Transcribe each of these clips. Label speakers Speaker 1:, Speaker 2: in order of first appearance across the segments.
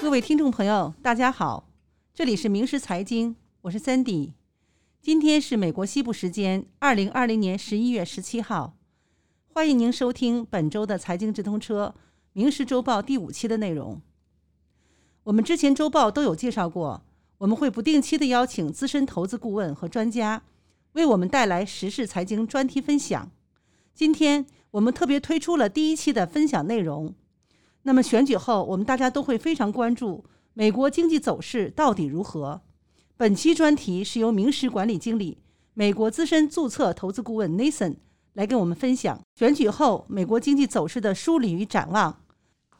Speaker 1: 各位听众朋友，大家好，这里是名师财经，我是 Sandy。今天是美国西部时间二零二零年十一月十七号，欢迎您收听本周的财经直通车《名师周报》第五期的内容。我们之前周报都有介绍过，我们会不定期的邀请资深投资顾问和专家，为我们带来时事财经专题分享。今天我们特别推出了第一期的分享内容。那么选举后，我们大家都会非常关注美国经济走势到底如何。本期专题是由明石管理经理、美国资深注册投资顾问 Nathan 来跟我们分享选举后美国经济走势的梳理与展望。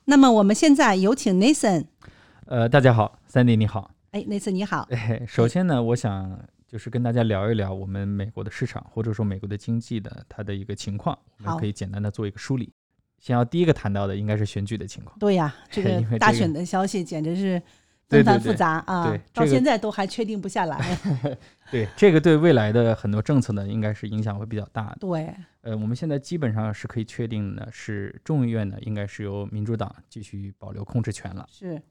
Speaker 1: 那么我们现在有请 Nathan。
Speaker 2: 呃，大家好，Sandy 你好。
Speaker 1: 哎，Nathan 你好。
Speaker 2: 哎，首先呢，我想就是跟大家聊一聊我们美国的市场，或者说美国的经济的它的一个情况，我
Speaker 1: 好
Speaker 2: 们可以简单的做一个梳理。先要第一个谈到的应该是选举的情况。
Speaker 1: 对呀、这
Speaker 2: 因为这
Speaker 1: 个
Speaker 2: 个
Speaker 1: 大选的消息简直是纷
Speaker 2: 对对
Speaker 1: 繁
Speaker 2: 对
Speaker 1: 复杂啊，
Speaker 2: 对
Speaker 1: 到
Speaker 2: 这个
Speaker 1: 现在都还确定不下来。
Speaker 2: 对， 这个对未来的很多政策呢，应该是影响会比较大的。
Speaker 1: 对，
Speaker 2: 呃，我们现在基本上是可以确定的是，众议院呢应该是由民主党继续保留控制权了，
Speaker 1: 是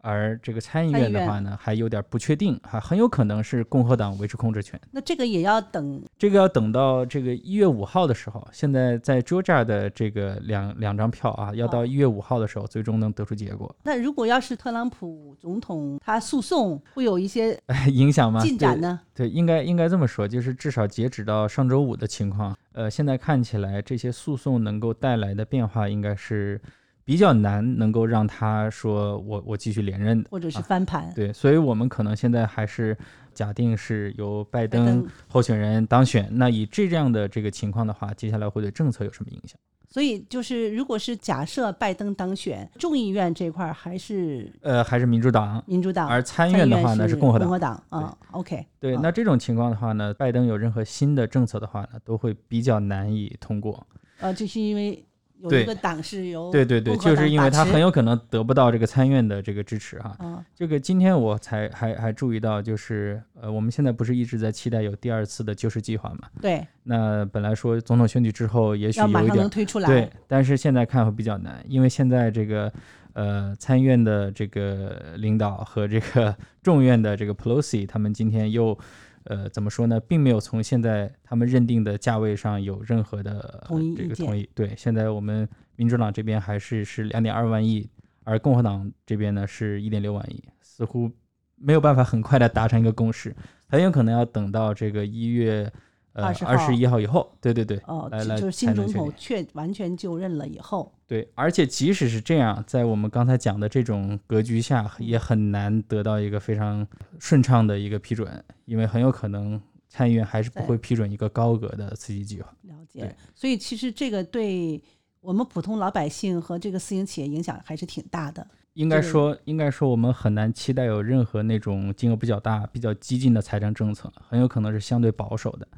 Speaker 2: 而这个参议
Speaker 1: 参议
Speaker 2: 院的话呢，还有点不确定，还很有可能是共和党维持控制权。
Speaker 1: 那这个也要等
Speaker 2: 这个要等到这个一月五号的时候，现在在 Georgia 的这个两两张票啊，要
Speaker 1: 哦
Speaker 2: 到一月五号的时候，最终能得出结果，
Speaker 1: 那如果要是特朗普总统他诉讼会有一些
Speaker 2: 影响吗？
Speaker 1: 进展
Speaker 2: 对
Speaker 1: 呢？
Speaker 2: 对，应该应该这么说，就是至少截止到上周五的情况，呃，现在看起来这些诉讼能够带来的变化，应该是比较难能够让他说我我继续连任的。
Speaker 1: 或者是翻盘？
Speaker 2: 啊对，所以我们可能现在还是假定是由
Speaker 1: 拜
Speaker 2: 拜
Speaker 1: 登
Speaker 2: 登候选人当选。那以这样的这个情况的话，接下来会对政策有什么影响？
Speaker 1: 所以就是，如果是假设拜登当选，众议院这块儿还是
Speaker 2: 呃，还是民主党，
Speaker 1: 民主党，
Speaker 2: 而参议院的话呢
Speaker 1: 是
Speaker 2: 是共和
Speaker 1: 共
Speaker 2: 党。
Speaker 1: 和党啊。OK，
Speaker 2: 对，
Speaker 1: 啊
Speaker 2: 那这种情况的话呢，拜登有任何新的政策的话呢，都会比较难以通过。
Speaker 1: 呃，就是因为有
Speaker 2: 对
Speaker 1: 一个党是由
Speaker 2: 对对对，
Speaker 1: 哦共和党
Speaker 2: 就是因为他
Speaker 1: 把持
Speaker 2: 很有可能得不到这个参院的这个支持哈。
Speaker 1: 啊，
Speaker 2: 这个今天我才还还注意到，就是呃，我们现在不是一直在期待有第二次的救市计划嘛？
Speaker 1: 对，
Speaker 2: 那本来说总统选举之后，也许
Speaker 1: 要马
Speaker 2: 有一
Speaker 1: 上
Speaker 2: 点
Speaker 1: 能推出来。
Speaker 2: 对，但是现在看会比较难，因为现在这个呃参议院的这个领导和这个 众院的这个 Pelosi 他们今天又呃怎么说呢，并没有从现在他们认定的价位上有任何的、呃
Speaker 1: 统一
Speaker 2: 这
Speaker 1: 意
Speaker 2: 个
Speaker 1: 见
Speaker 2: 同意。对，现在我们民主党这边还是是两点二万亿，而共和党这边呢是一点六万亿，似乎没有办法很快的达成一个共识，很有可能要等到这个一月。呃，
Speaker 1: 20号
Speaker 2: 二十一号以后，对对对，
Speaker 1: 哦，
Speaker 2: 来
Speaker 1: 就
Speaker 2: 来
Speaker 1: 就是
Speaker 2: 才
Speaker 1: 新
Speaker 2: 能
Speaker 1: 总
Speaker 2: 确
Speaker 1: 统
Speaker 2: 定
Speaker 1: 确完全就任了以后，
Speaker 2: 对，而且即使是这样，在我们刚才讲的这种格局下，
Speaker 1: 嗯
Speaker 2: 也很难得到一个非常顺畅的一个批准，因为很有可能参议院还是不
Speaker 1: 对
Speaker 2: 会批准一个高额的刺激计划。
Speaker 1: 了解
Speaker 2: 对。
Speaker 1: 所以其实这个对我们普通老百姓和这个私营企业影响还是挺大的。
Speaker 2: 应该
Speaker 1: 这个
Speaker 2: 说，应该说，我们很难期待有任何那种金额比较大、比较激进的财政政策，很有可能是相对保守的。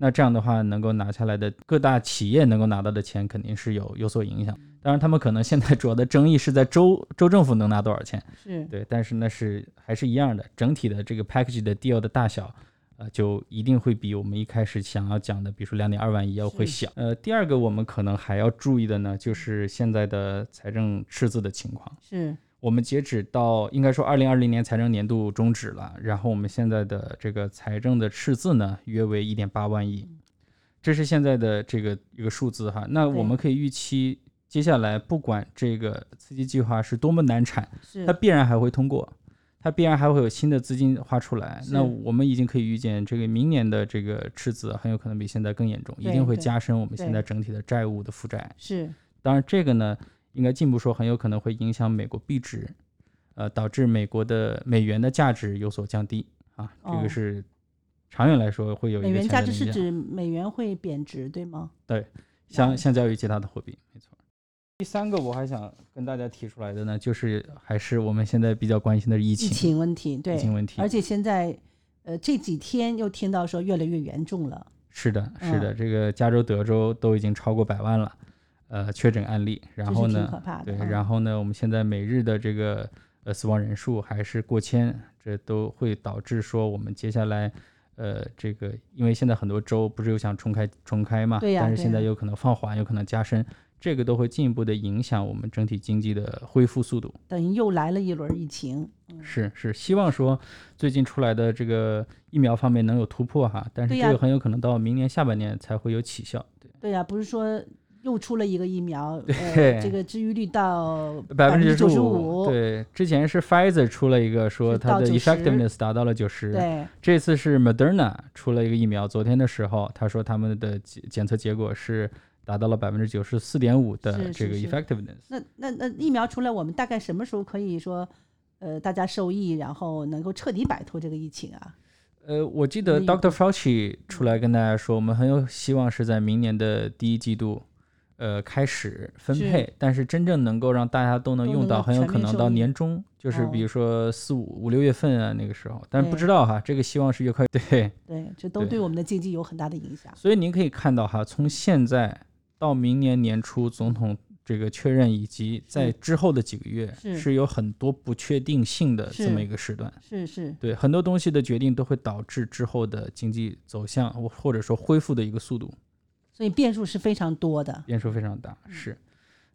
Speaker 2: 那这样的话，能够拿下来的各大企业能够拿到的钱，肯定是有有所影响。当然，他们可能现在主要的争议是在州州政府能拿多少钱，
Speaker 1: 是，
Speaker 2: 对，但是那是还是一样的，整体的这个 package 的 deal 的大小，呃，就一定会比我们一开始想要讲的，比如说两点二万亿要会
Speaker 1: 是
Speaker 2: 小。呃，第二个我们可能还要注意的呢，就是现在的财政赤字的情况。
Speaker 1: 是
Speaker 2: 我们截止到应该说二零二零年财政年度终止了，然后我们现在的这个财政的赤字呢，约为一点八万亿，这是现在的这个一个数字哈。那
Speaker 1: 对
Speaker 2: 我们可以预期，接下来不管这个刺激计划是多么难产，
Speaker 1: 是
Speaker 2: 它，必然还会通过，它必然还会有新的资金花出来。
Speaker 1: 是
Speaker 2: 那我们已经可以预见，这个明年的这个赤字很有可能比现在更严重，一
Speaker 1: 对
Speaker 2: 定会
Speaker 1: 对
Speaker 2: 加深我们现
Speaker 1: 对
Speaker 2: 在整体的债务的负债。
Speaker 1: 是
Speaker 2: 当然，这个呢，应该进一步说，很有可能会影响美国币值，呃，导致美国的美元的价值有所降低啊。这
Speaker 1: 哦
Speaker 2: 个是长远来说会有一
Speaker 1: 美
Speaker 2: 个
Speaker 1: 元
Speaker 2: 潜
Speaker 1: 价值
Speaker 2: 在的
Speaker 1: 是
Speaker 2: 影响
Speaker 1: 指哦美元会贬值，对吗？
Speaker 2: 对，
Speaker 1: 了
Speaker 2: 相
Speaker 1: 解
Speaker 2: 相较于其他的货币，没错。第三个我还想跟大家提出来的呢，就是还是我们现在比较关心的疫
Speaker 1: 疫
Speaker 2: 情，
Speaker 1: 情问题，对，
Speaker 2: 疫情问题
Speaker 1: 而且现在，呃，这几天又听到说越来越严重了，
Speaker 2: 是的，是
Speaker 1: 嗯
Speaker 2: 的，这个加州、德州都已经超过百万了，呃，确诊案例。然后
Speaker 1: 这是挺
Speaker 2: 呢，
Speaker 1: 可怕的。
Speaker 2: 对，
Speaker 1: 嗯
Speaker 2: 然后呢，我们现在每日的这个呃死亡人数还是过千，这都会导致说我们接下来呃，这个因为现在很多州不是又想重开重开嘛，
Speaker 1: 对呀
Speaker 2: 但是
Speaker 1: 对
Speaker 2: 现在
Speaker 1: 呀
Speaker 2: 有可能放缓，有可能加深，这个都会进一步的影响我们整体经济的恢复速度。
Speaker 1: 等于又来了一轮疫情。
Speaker 2: 是是，希望说最近出来的这个疫苗方面能有突破哈，但是
Speaker 1: 对
Speaker 2: 这个
Speaker 1: 呀
Speaker 2: 很有可能到明年下半年才会有起效。
Speaker 1: 对啊呀、不是说又出了一个疫苗，呃
Speaker 2: 对，
Speaker 1: 这个治愈率到
Speaker 2: 百分
Speaker 1: 之
Speaker 2: 之
Speaker 1: 九十
Speaker 2: 五，
Speaker 1: 五，
Speaker 2: 对，之前是 Pfizer 出了一个说
Speaker 1: 是
Speaker 2: 它
Speaker 1: 到
Speaker 2: 的
Speaker 1: 90
Speaker 2: effectiveness 达到了九十，
Speaker 1: 对
Speaker 2: 这次是 Moderna 出了一个疫苗，昨天的时候他说他们的检检测结果是达到了百分之九十四点五的
Speaker 1: 是是
Speaker 2: 这个
Speaker 1: 是
Speaker 2: effectiveness。
Speaker 1: 那那那疫苗出来，我们大概什么时候可以说，呃，大家受益，然后能够彻底摆脱这个疫情啊？
Speaker 2: 呃，我记得
Speaker 1: 那
Speaker 2: Dr. Fauci 出来跟大家说，我们很有希望是在明年的第一季度，呃，开始分
Speaker 1: 是
Speaker 2: 配，但是真正能够让大家都能
Speaker 1: 都
Speaker 2: 用
Speaker 1: 能
Speaker 2: 到，
Speaker 1: 够
Speaker 2: 很有
Speaker 1: 全
Speaker 2: 可
Speaker 1: 面
Speaker 2: 能
Speaker 1: 受
Speaker 2: 到
Speaker 1: 益
Speaker 2: 年中，就是比
Speaker 1: 哦
Speaker 2: 如说四五五六月份啊那个时候，但不
Speaker 1: 对
Speaker 2: 知道哈，这个希望是越快对。
Speaker 1: 对，这都
Speaker 2: 对
Speaker 1: 对我们的经济有很大的影响。
Speaker 2: 所以您可以看到哈，从现在到明年年初，总统这个确认以及在之后的几个月，
Speaker 1: 是
Speaker 2: 是有很多不确定性的
Speaker 1: 是
Speaker 2: 这么一个时段。
Speaker 1: 是是，
Speaker 2: 对很多东西的决定都会导致之后的经济走向，或或者说恢复的一个速度
Speaker 1: 所以变数是非常多的。
Speaker 2: 变数非常大。
Speaker 1: 嗯
Speaker 2: 是，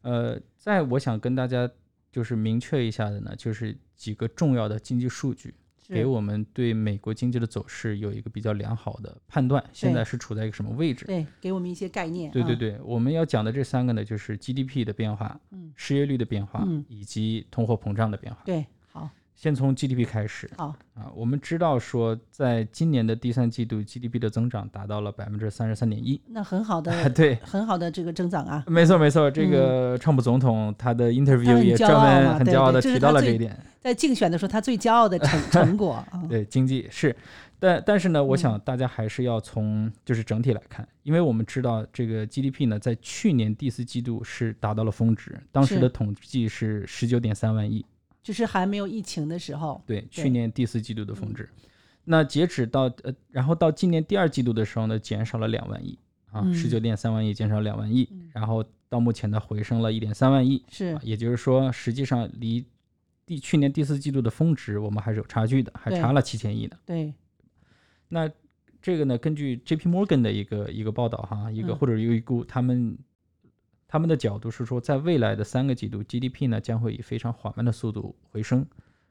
Speaker 2: 呃，在我想跟大家就是明确一下的呢，就是几个重要的经济数据，
Speaker 1: 是
Speaker 2: 给我们对美国经济的走势有一个比较良好的判断。现
Speaker 1: 对
Speaker 2: 在是处在一个什么位置？
Speaker 1: 对，给我们一些概念。
Speaker 2: 对对
Speaker 1: 啊，
Speaker 2: 对，我们要讲的这三个呢，就是 GDP 的变化、
Speaker 1: 嗯，
Speaker 2: 失业率的变化
Speaker 1: 嗯
Speaker 2: 以及通货膨胀的变化。
Speaker 1: 对，好，
Speaker 2: 先从 GDP 开始
Speaker 1: 好，
Speaker 2: 啊，我们知道说，在今年的第三季度，GDP 的增长达到了百分之三十三点一。
Speaker 1: 那很好
Speaker 2: 啊，
Speaker 1: 的，
Speaker 2: 对，
Speaker 1: 很好的这个增长啊。
Speaker 2: 没错没错，这
Speaker 1: 嗯
Speaker 2: 个川普总统他的
Speaker 1: 他
Speaker 2: interview
Speaker 1: 很
Speaker 2: 也
Speaker 1: 骄
Speaker 2: 专
Speaker 1: 傲
Speaker 2: 门
Speaker 1: 嘛
Speaker 2: 很
Speaker 1: 对
Speaker 2: 骄傲
Speaker 1: 对
Speaker 2: 的
Speaker 1: 这
Speaker 2: 提
Speaker 1: 是
Speaker 2: 到
Speaker 1: 他
Speaker 2: 了这
Speaker 1: 最
Speaker 2: 一点。
Speaker 1: 在竞选的时候，他最骄傲的成成果啊。
Speaker 2: 对经济是，但但是呢，我
Speaker 1: 嗯
Speaker 2: 想大家还是要从就是整体来看，因为我们知道这个 GDP 呢，在去年第四季度是达到了峰值，当时
Speaker 1: 是
Speaker 2: 的统计是十九点三万亿，
Speaker 1: 就是还没有疫情的时候，
Speaker 2: 对，去
Speaker 1: 对嗯
Speaker 2: 年第四季度的峰值。那截止到呃，然后到今年第二季度的时候呢，减少了两万亿啊，
Speaker 1: 嗯
Speaker 2: 十九点三万亿减少两万亿
Speaker 1: 嗯，
Speaker 2: 然后到目前呢回升了一点三万亿，
Speaker 1: 是
Speaker 2: 啊，也就是说，实际上离第去年第四季度的峰值，我们还是有差距的，还
Speaker 1: 对
Speaker 2: 差了七千亿呢。
Speaker 1: 对，
Speaker 2: 那这个呢，根据 J.P. Morgan 的一个一个报道哈，一个
Speaker 1: 嗯
Speaker 2: 或者一个预估，他们他们的角度是说，在未来的三个季度，GDP 呢将会以非常缓慢的速度回升，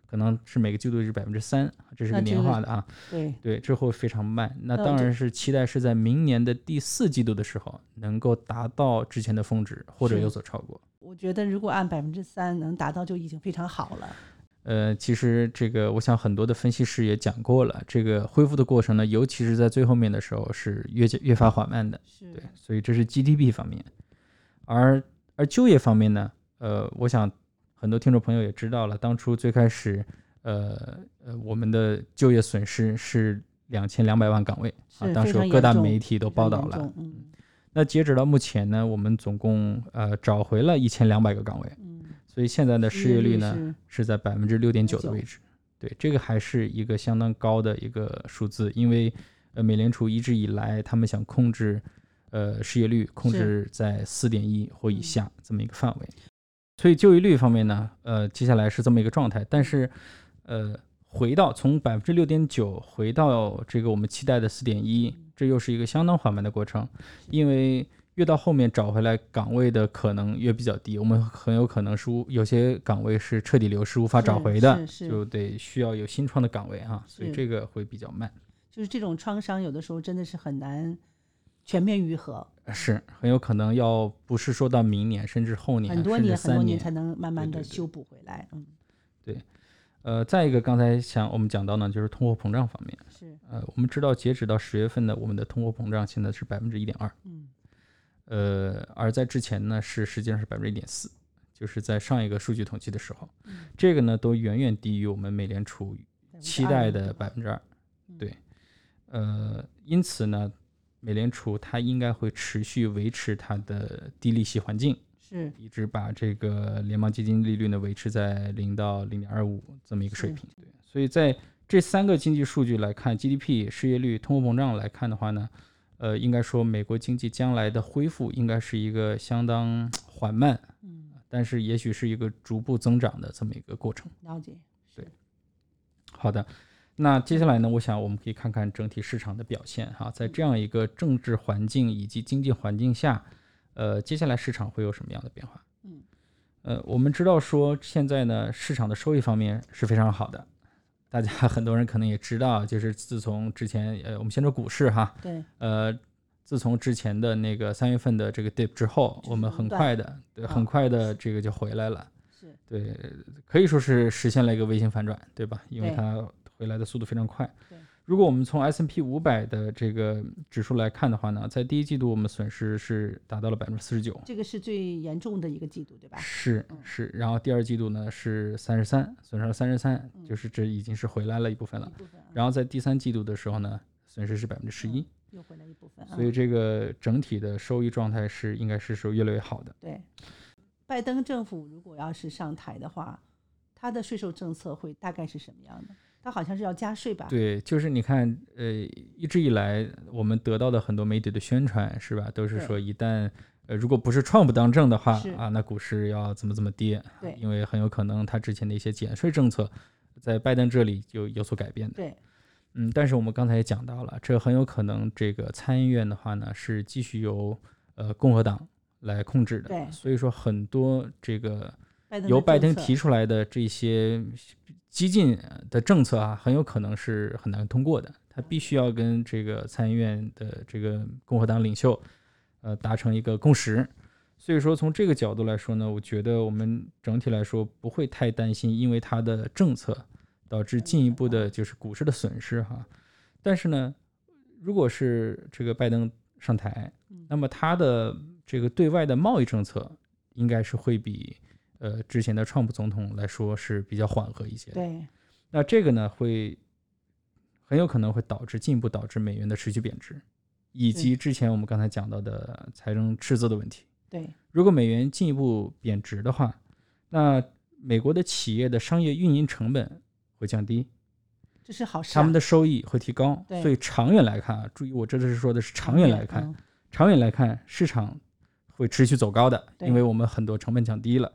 Speaker 2: 可能是每个季度是百分之三，这是个
Speaker 1: 那这
Speaker 2: 年
Speaker 1: 个
Speaker 2: 化的啊，
Speaker 1: 对，
Speaker 2: 对，这会非常慢。那
Speaker 1: 那
Speaker 2: 当
Speaker 1: 这
Speaker 2: 然是期待是在明年的第四季度的时候，能够达到之前的峰值或者
Speaker 1: 是
Speaker 2: 有所超过。
Speaker 1: 我觉得如果按百分之三能达到，就已经非常好了。
Speaker 2: 呃，其实这个我想很多的分析师也讲过了，这个恢复的过程呢，尤其是在最后面的时候是越加越发缓慢的，
Speaker 1: 是
Speaker 2: 对，啊所以这是 GDP 方面，而而就业方面呢，呃，我想很多听众朋友也知道了，当初最开始，呃呃，我们的就业损失是两千两百万岗位啊
Speaker 1: 是，
Speaker 2: 当
Speaker 1: 非
Speaker 2: 时有
Speaker 1: 常
Speaker 2: 各大
Speaker 1: 严重
Speaker 2: 媒体都
Speaker 1: 非常
Speaker 2: 报道
Speaker 1: 严
Speaker 2: 了，
Speaker 1: 重嗯
Speaker 2: 那截止到目前呢，我们总共呃找回了一千两百个岗位，
Speaker 1: 嗯，
Speaker 2: 所以现在的失业率呢。
Speaker 1: 是
Speaker 2: 是在百分之六点九的
Speaker 1: 9.9
Speaker 2: 位置。对，这个还是一个相当高的一个数字，因为呃，美联储一直以来他们想控制呃失业率，控
Speaker 1: 是
Speaker 2: 制在四点一或以
Speaker 1: 嗯
Speaker 2: 下这么一个范围。所以就业率方面呢，呃，接下来是这么一个状态，但是呃，回到从百分之六点九回到这个我们期待的四点一，这又是一个相当缓慢的过程，因为越到后面找回来岗位的可能越比较低，我们很有可能是无有些岗位是彻底流失无法找
Speaker 1: 是
Speaker 2: 回的，
Speaker 1: 是是
Speaker 2: 就得需要有新创的岗位啊，所以
Speaker 1: 是嗯
Speaker 2: 这个会比较慢，
Speaker 1: 就是这种创伤，有的时候真的是很难全面愈合，
Speaker 2: 呃是很有可能要不是说到明年，甚至后年，
Speaker 1: 很多
Speaker 2: 甚至
Speaker 1: 年很多
Speaker 2: 三
Speaker 1: 年才能慢慢
Speaker 2: 对
Speaker 1: 的
Speaker 2: 对对
Speaker 1: 修补回来。嗯，
Speaker 2: 呃，再一个刚才想我们讲到呢，就是通货膨胀方面，
Speaker 1: 是，
Speaker 2: 呃，我们知道截止到十月份呢，我们的通货膨胀现在是百分之一点二。
Speaker 1: 嗯，
Speaker 2: 呃，而在之前呢是实际上是百分之一点四，就是在上一个数据统计的时候，
Speaker 1: 嗯
Speaker 2: 这个呢都远远低于我们美联储期待的百
Speaker 1: 百，
Speaker 2: 分之二
Speaker 1: 嗯。
Speaker 2: 对，呃，因此呢，美联储它应该会持续维持它的低利息环境，
Speaker 1: 是
Speaker 2: 一直把这个联邦基金利率呢维持在零到零点二五这么一个水
Speaker 1: 是
Speaker 2: 平。对，所以在这三个经济数据来看，GDP、失业率、通货膨胀来看的话呢，呃，应该说美国经济将来的恢复应该是一个相当缓慢，
Speaker 1: 嗯，
Speaker 2: 但是也许是一个逐步增长的这么一个过程。
Speaker 1: 了解，
Speaker 2: 好的，那接下来呢，我想我们可以看看整体市场的表现哈，在这样一个政治环境以及经济环境下，呃，接下来市场会有什么样的变化？
Speaker 1: 嗯，
Speaker 2: 呃，我们知道说现在呢，市场的收益方面是非常好的，大家 很多人可能也知道，就是自从之前呃，我们先说股市哈，
Speaker 1: 对，
Speaker 2: 呃，自从之前的那个三月份的这个 dip 之后，
Speaker 1: 是
Speaker 2: 我们很
Speaker 1: 嗯熔断
Speaker 2: 快的对，很
Speaker 1: 嗯
Speaker 2: 快的这个就回来了。
Speaker 1: 是
Speaker 2: 对，可以说是实现了一个 V 型反转，对吧？因为
Speaker 1: 对
Speaker 2: 它回来的速度非常快
Speaker 1: 对。
Speaker 2: 如果我们从 S M P 五百的这个指数来看的话呢，在第一季度我们损失是达到了百分之四十九，
Speaker 1: 这个是最严重的一个季度，对吧？
Speaker 2: 是
Speaker 1: 嗯
Speaker 2: 是。然后第二季度呢是三十三，损失了三十三，
Speaker 1: 嗯
Speaker 2: 就是这已经是回来了一部分
Speaker 1: 一
Speaker 2: 了。
Speaker 1: 部分啊
Speaker 2: 然后在第三季度的时候呢，损失是百分之十一，
Speaker 1: 又回来一部分啊
Speaker 2: 所。以这个整体的收益状态是应该是是越来越好的。
Speaker 1: 对，拜登政府如果要是上台的话，他的税收政策会大概是什么样的？他好像是要加税吧？
Speaker 2: 对，就是你看，呃，一直以来我们得到的很多媒体的宣传是吧，都是
Speaker 1: 对
Speaker 2: 说一旦呃如果不是 Trump 当政的话
Speaker 1: 是
Speaker 2: 啊，那股市要怎么怎么跌，
Speaker 1: 对
Speaker 2: 因为很有可能他之前的一些减税政策在拜登这里有有所改变的。
Speaker 1: 对
Speaker 2: 嗯，但是我们刚才也讲到了，这很有可能这个参议院的话呢是继续由呃共和党来控制的
Speaker 1: 对，
Speaker 2: 所以说很多这个
Speaker 1: 拜登的
Speaker 2: 由拜登
Speaker 1: 政策
Speaker 2: 提出来的这些激进的政策啊，很有可能是很难通过的。他必须要跟这个参议院的这个共和党领袖，呃，达成一个共识。所以说，从这个角度来说呢，我觉得我们整体来说不会太担心，因为他的政策导致进一步的就是股市的损失哈。但是呢，如果是这个拜登上台
Speaker 1: 嗯，
Speaker 2: 那么他的这个对外的贸易政策应该是会比呃之前的川普总统来说是比较缓和一些的。
Speaker 1: 对
Speaker 2: 那这个呢，会很有可能会导致进一步导致美元的持续贬值，以及之前我们刚才讲到的财政赤字的问题。
Speaker 1: 对
Speaker 2: 如果美元进一步贬值的话，那美国的企业的商业运营成本会降低，
Speaker 1: 这是好事啊、
Speaker 2: 他们的收益会提高。
Speaker 1: 对
Speaker 2: 所以长远来看啊，注意我这是说的是长远来看，
Speaker 1: 嗯，
Speaker 2: 长远来看，市场会持续走高的，
Speaker 1: 对
Speaker 2: 因为我们很多成本降低了。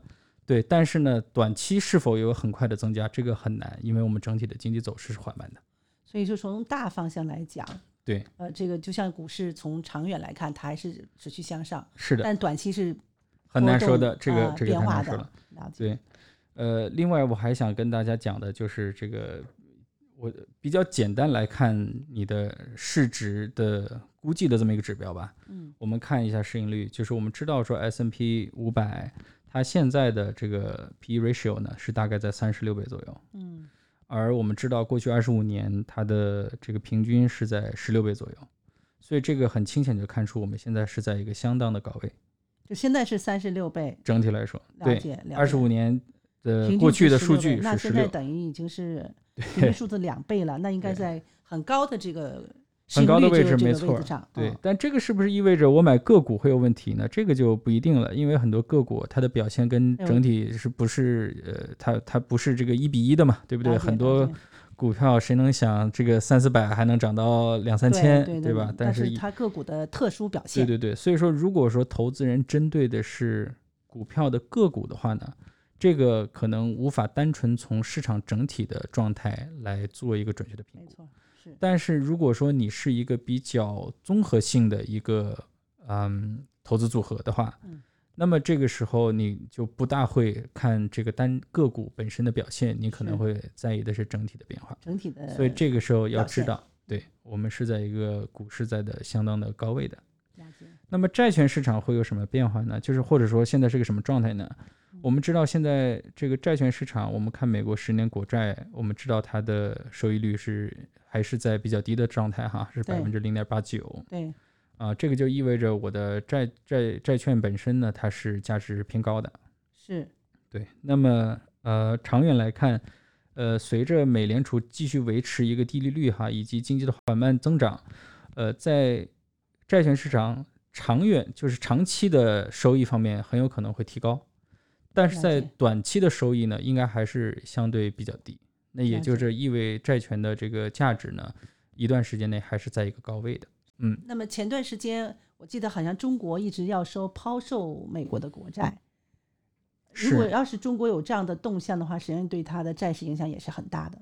Speaker 2: 对，但是呢，短期是否有很快的增加，这个很难，因为我们整体的经济走势是缓慢的。
Speaker 1: 所以就从大方向来讲，
Speaker 2: 对，
Speaker 1: 呃，这个就像股市从长远来看，它还是持续向上，
Speaker 2: 是的，
Speaker 1: 但短期是
Speaker 2: 很难
Speaker 1: 波
Speaker 2: 说
Speaker 1: 动
Speaker 2: 的，这个
Speaker 1: 呃
Speaker 2: 这个
Speaker 1: 变
Speaker 2: 太
Speaker 1: 化
Speaker 2: 难说
Speaker 1: 的
Speaker 2: 了。，
Speaker 1: 了解
Speaker 2: 对呃，另外我还想跟大家讲的就是这个，我比较简单来看你的市值的估计的这么一个指标吧。
Speaker 1: 嗯，
Speaker 2: 我们看一下市盈率，就是我们知道说 S M P 五百它现在的这个 P E ratio 呢是大概在三十六倍左右，
Speaker 1: 嗯，
Speaker 2: 而我们知道过去二十五年它的这个平均是在十六倍左右，所以这个很清显就看出我们现在是在一个相当的高位，
Speaker 1: 就现在是三十六倍，
Speaker 2: 整体来说，
Speaker 1: 了
Speaker 2: 对，
Speaker 1: 解了解，
Speaker 2: 二十五年的
Speaker 1: 平均
Speaker 2: 过去
Speaker 1: 是
Speaker 2: 的
Speaker 1: 16
Speaker 2: 数
Speaker 1: 倍
Speaker 2: 据
Speaker 1: 那
Speaker 2: 是十
Speaker 1: 现在
Speaker 2: 六。
Speaker 1: 等于已经 是平均数字两倍了，那应该
Speaker 2: 对
Speaker 1: 在很高的这个市
Speaker 2: 很高
Speaker 1: 盈
Speaker 2: 的
Speaker 1: 率
Speaker 2: 位
Speaker 1: 这个
Speaker 2: 置，
Speaker 1: 这
Speaker 2: 没
Speaker 1: 个
Speaker 2: 错
Speaker 1: 位置上
Speaker 2: 儿，，对
Speaker 1: 嗯。
Speaker 2: 但这个是不是意味着我买个股会有问题呢？这个就不一定了，因为很多个股它的表现跟
Speaker 1: 哎呦
Speaker 2: 整体是不是呃，它它不是这个一比一的嘛，对不对？
Speaker 1: 了解
Speaker 2: 很
Speaker 1: 了
Speaker 2: 多
Speaker 1: 解
Speaker 2: 股票谁能想这个三四百还能涨到两三
Speaker 1: 对
Speaker 2: 千，
Speaker 1: 对
Speaker 2: 吧？
Speaker 1: 但
Speaker 2: 是
Speaker 1: 它个股的特殊表
Speaker 2: 对
Speaker 1: 现，
Speaker 2: 对对，所以说如果说投资人针对的是股票的个股的话呢，这个可能无法单纯从市场整体的状态来做一个准确的评
Speaker 1: 没
Speaker 2: 估。
Speaker 1: 错，是
Speaker 2: 但是如果说你是一个比较综合性的一个嗯投资组合的话，
Speaker 1: 嗯
Speaker 2: 那么这个时候你就不大会看这个单个股本身的表现，你可能
Speaker 1: 是
Speaker 2: 会在意的是整体的变化。
Speaker 1: 整体的。
Speaker 2: 所以这个时候要
Speaker 1: 表
Speaker 2: 知
Speaker 1: 现
Speaker 2: 道，对我们是在一个股市在的相当的高位的。
Speaker 1: 了解
Speaker 2: 那么债券市场会有什么变化呢？就是或者说现在是个什么状态呢？我们知道现在这个债券市场，我们看美国十年国债，我们知道它的收益率是还是在比较低的状态哈，是
Speaker 1: 对
Speaker 2: 百分之零点八九
Speaker 1: 对
Speaker 2: 啊，这个就意味着我的债债债券本身呢，它是价值偏高的。
Speaker 1: 是
Speaker 2: 对，那么呃，长远来看，呃，随着美联储继续维持一个低利率哈，以及经济的缓慢增长，呃，在债券市场长远就是长期的收益方面很有可能会提高，但是
Speaker 1: 了
Speaker 2: 在
Speaker 1: 解
Speaker 2: 短期的收益呢，应该还是相对比较低。那也
Speaker 1: 了
Speaker 2: 就
Speaker 1: 解
Speaker 2: 是意味债券的这个价值呢，一段时间内还是在一个高位的。嗯，
Speaker 1: 那么前段时间，我记得好像中国一直要收抛售美国的国债。如果
Speaker 2: 是
Speaker 1: 要是中国有这样的动向的话，实际上对它的债市影响也是很大的。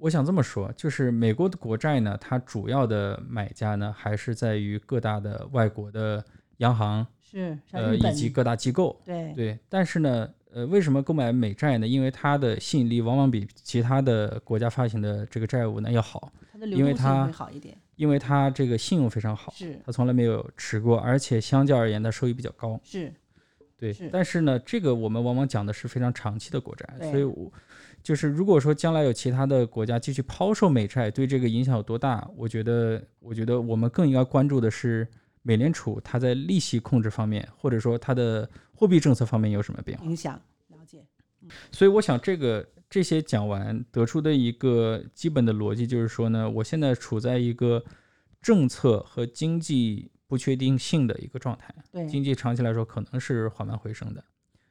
Speaker 2: 我想这么说，就是美国的国债呢，它主要的买家呢还是在于各大的外国的央行，
Speaker 1: 是像
Speaker 2: 呃，
Speaker 1: 日
Speaker 2: 以
Speaker 1: 本
Speaker 2: 及各大机构。
Speaker 1: 对
Speaker 2: 对，但是呢，呃，为什么购买美债呢？因为它的吸引力往往比其他的国家发行的这个债务呢要好，
Speaker 1: 它的流
Speaker 2: 因为
Speaker 1: 动性
Speaker 2: 它
Speaker 1: 会好一点，
Speaker 2: 因为它这个信用非常好，
Speaker 1: 是
Speaker 2: 它从来没有迟过，而且相较而言它收益比较高。
Speaker 1: 是
Speaker 2: 对，
Speaker 1: 是
Speaker 2: 但是呢，这个我们往往讲的是非常长期的国债，
Speaker 1: 对
Speaker 2: 所以我就是如果说将来有其他的国家继续抛售美债，对这个影响有多大？我觉得，我觉得我们更应该关注的是美联储它在利息控制方面，或者说它的货币政策方面有什么变化。
Speaker 1: 影响了解，
Speaker 2: 所以我想，这个这些讲完得出的一个基本的逻辑就是说呢，我现在处在一个政策和经济不确定性的一个状态。
Speaker 1: 对
Speaker 2: 经济长期来说可能是缓慢回升的，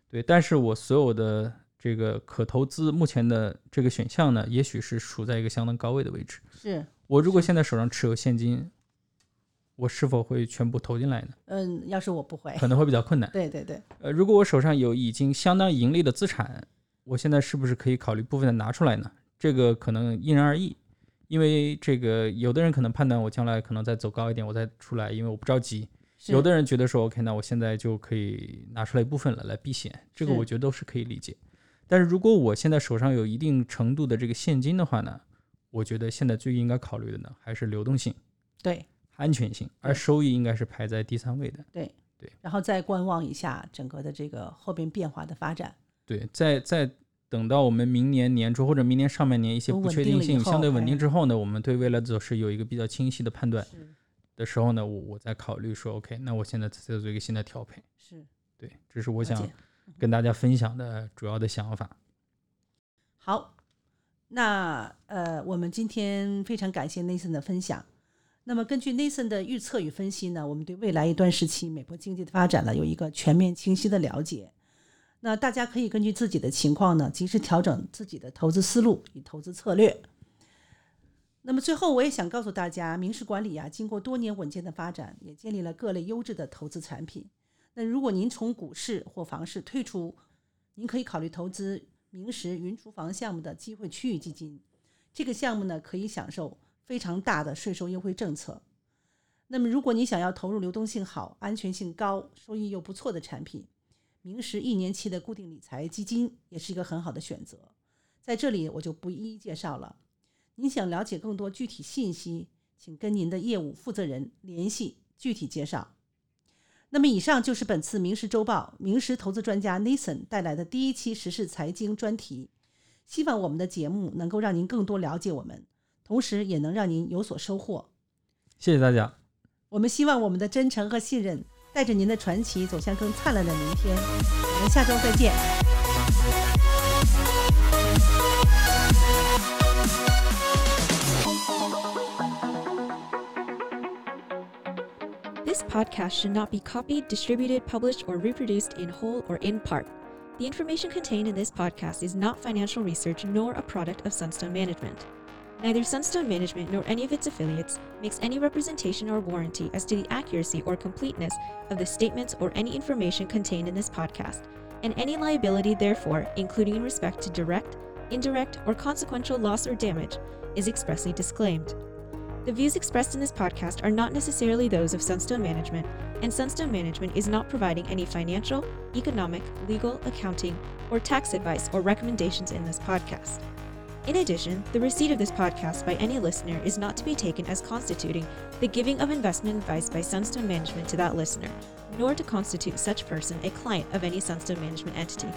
Speaker 2: 对。但是我所有的这个可投资目前的这个选项呢，也许是处在一个相当高位的位置。
Speaker 1: 是
Speaker 2: 我如果现在手上持有现金，我是否会全部投进来呢？
Speaker 1: 嗯，要是我不会，
Speaker 2: 可能会比较困难。
Speaker 1: 对对对，
Speaker 2: 呃，如果我手上有已经相当盈利的资产，我现在是不是可以考虑部分的拿出来呢？这个可能因人而异，因为这个有的人可能判断我将来可能再走高一点，我再出来，因为我不着急。
Speaker 1: 是
Speaker 2: 有的人觉得说，OK，那我现在就可以拿出来一部分了来避险，这个
Speaker 1: 是
Speaker 2: 我觉得都是可以理解。但是如果我现在手上有一定程度的这个现金的话呢，我觉得现在最应该考虑的呢还是流动性、
Speaker 1: 对，
Speaker 2: 安全性，而
Speaker 1: 对
Speaker 2: 收益应该是排在第三位的。
Speaker 1: 然后再观望一下整个的这个后边变化的发展，
Speaker 2: 对，在在等到我们明年年初或者明年上半年一些
Speaker 1: 都
Speaker 2: 不
Speaker 1: 稳
Speaker 2: 确
Speaker 1: 定
Speaker 2: 定
Speaker 1: 了以
Speaker 2: 性相对
Speaker 1: 后
Speaker 2: 稳定
Speaker 1: 哎
Speaker 2: 之后呢，我们对未来的走势有一个比较清晰的判断
Speaker 1: 是
Speaker 2: 的时候呢，我我再考虑说，OK，那我现在再做一个新的调配。
Speaker 1: 是，
Speaker 2: 对，这是我
Speaker 1: 我
Speaker 2: 想跟大家分享的主要的想法。
Speaker 1: 好，那呃，我们今天非常感谢 Nathan 的分享。那么根据 Nathan 的预测与分析呢，我们对未来一段时期美国经济的发展呢有一个全面清晰的了解。那大家可以根据自己的情况呢，及时调整自己的投资思路与投资策略。那么最后，我也想告诉大家，明石管理啊，经过多年稳健的发展，也建立了各类优质的投资产品。那如果您从股市或房市退出，您可以考虑投资明石云厨房项目的机会区域基金。这个项目呢，可以享受非常大的税收优惠政策。那么，如果你想要投入流动性好、安全性高、收益又不错的产品，明石一年期的固定理财基金也是一个很好的选择。在这里我就不一一介绍了。您想了解更多具体信息，请跟您的业务负责人联系具体介绍。那么，以上就是本次《明石周报》明石投资专家 Nathan 带来的第一期时事财经专题。希望我们的节目能够让您更多了解我们，同时也能让您有所收获。
Speaker 2: 谢谢大家。
Speaker 1: 我们希望我们的真诚和信任，带着您的传奇走向更灿烂的明天。我们下周再见。
Speaker 3: This podcast should not be copied, distributed, published, or reproduced in whole or in part. The information contained in this podcast is not financial research nor a product of Sunstone Management. Neither Sunstone Management nor any of its affiliates makes any representation or warranty as to the accuracy or completeness of the statements or any information contained in this podcast, and any liability, therefore, including in respect to direct, indirect, or consequential loss or damage, is expressly disclaimed. The views expressed in this podcast are not necessarily those of Sunstone Management, and Sunstone Management is not providing any financial, economic, legal, accounting, or tax advice or recommendations in this podcast. In addition, the receipt of this podcast by any listener is not to be taken as constituting the giving of investment advice by Sunstone Management to that listener, nor to constitute such person a client of any Sunstone Management entity.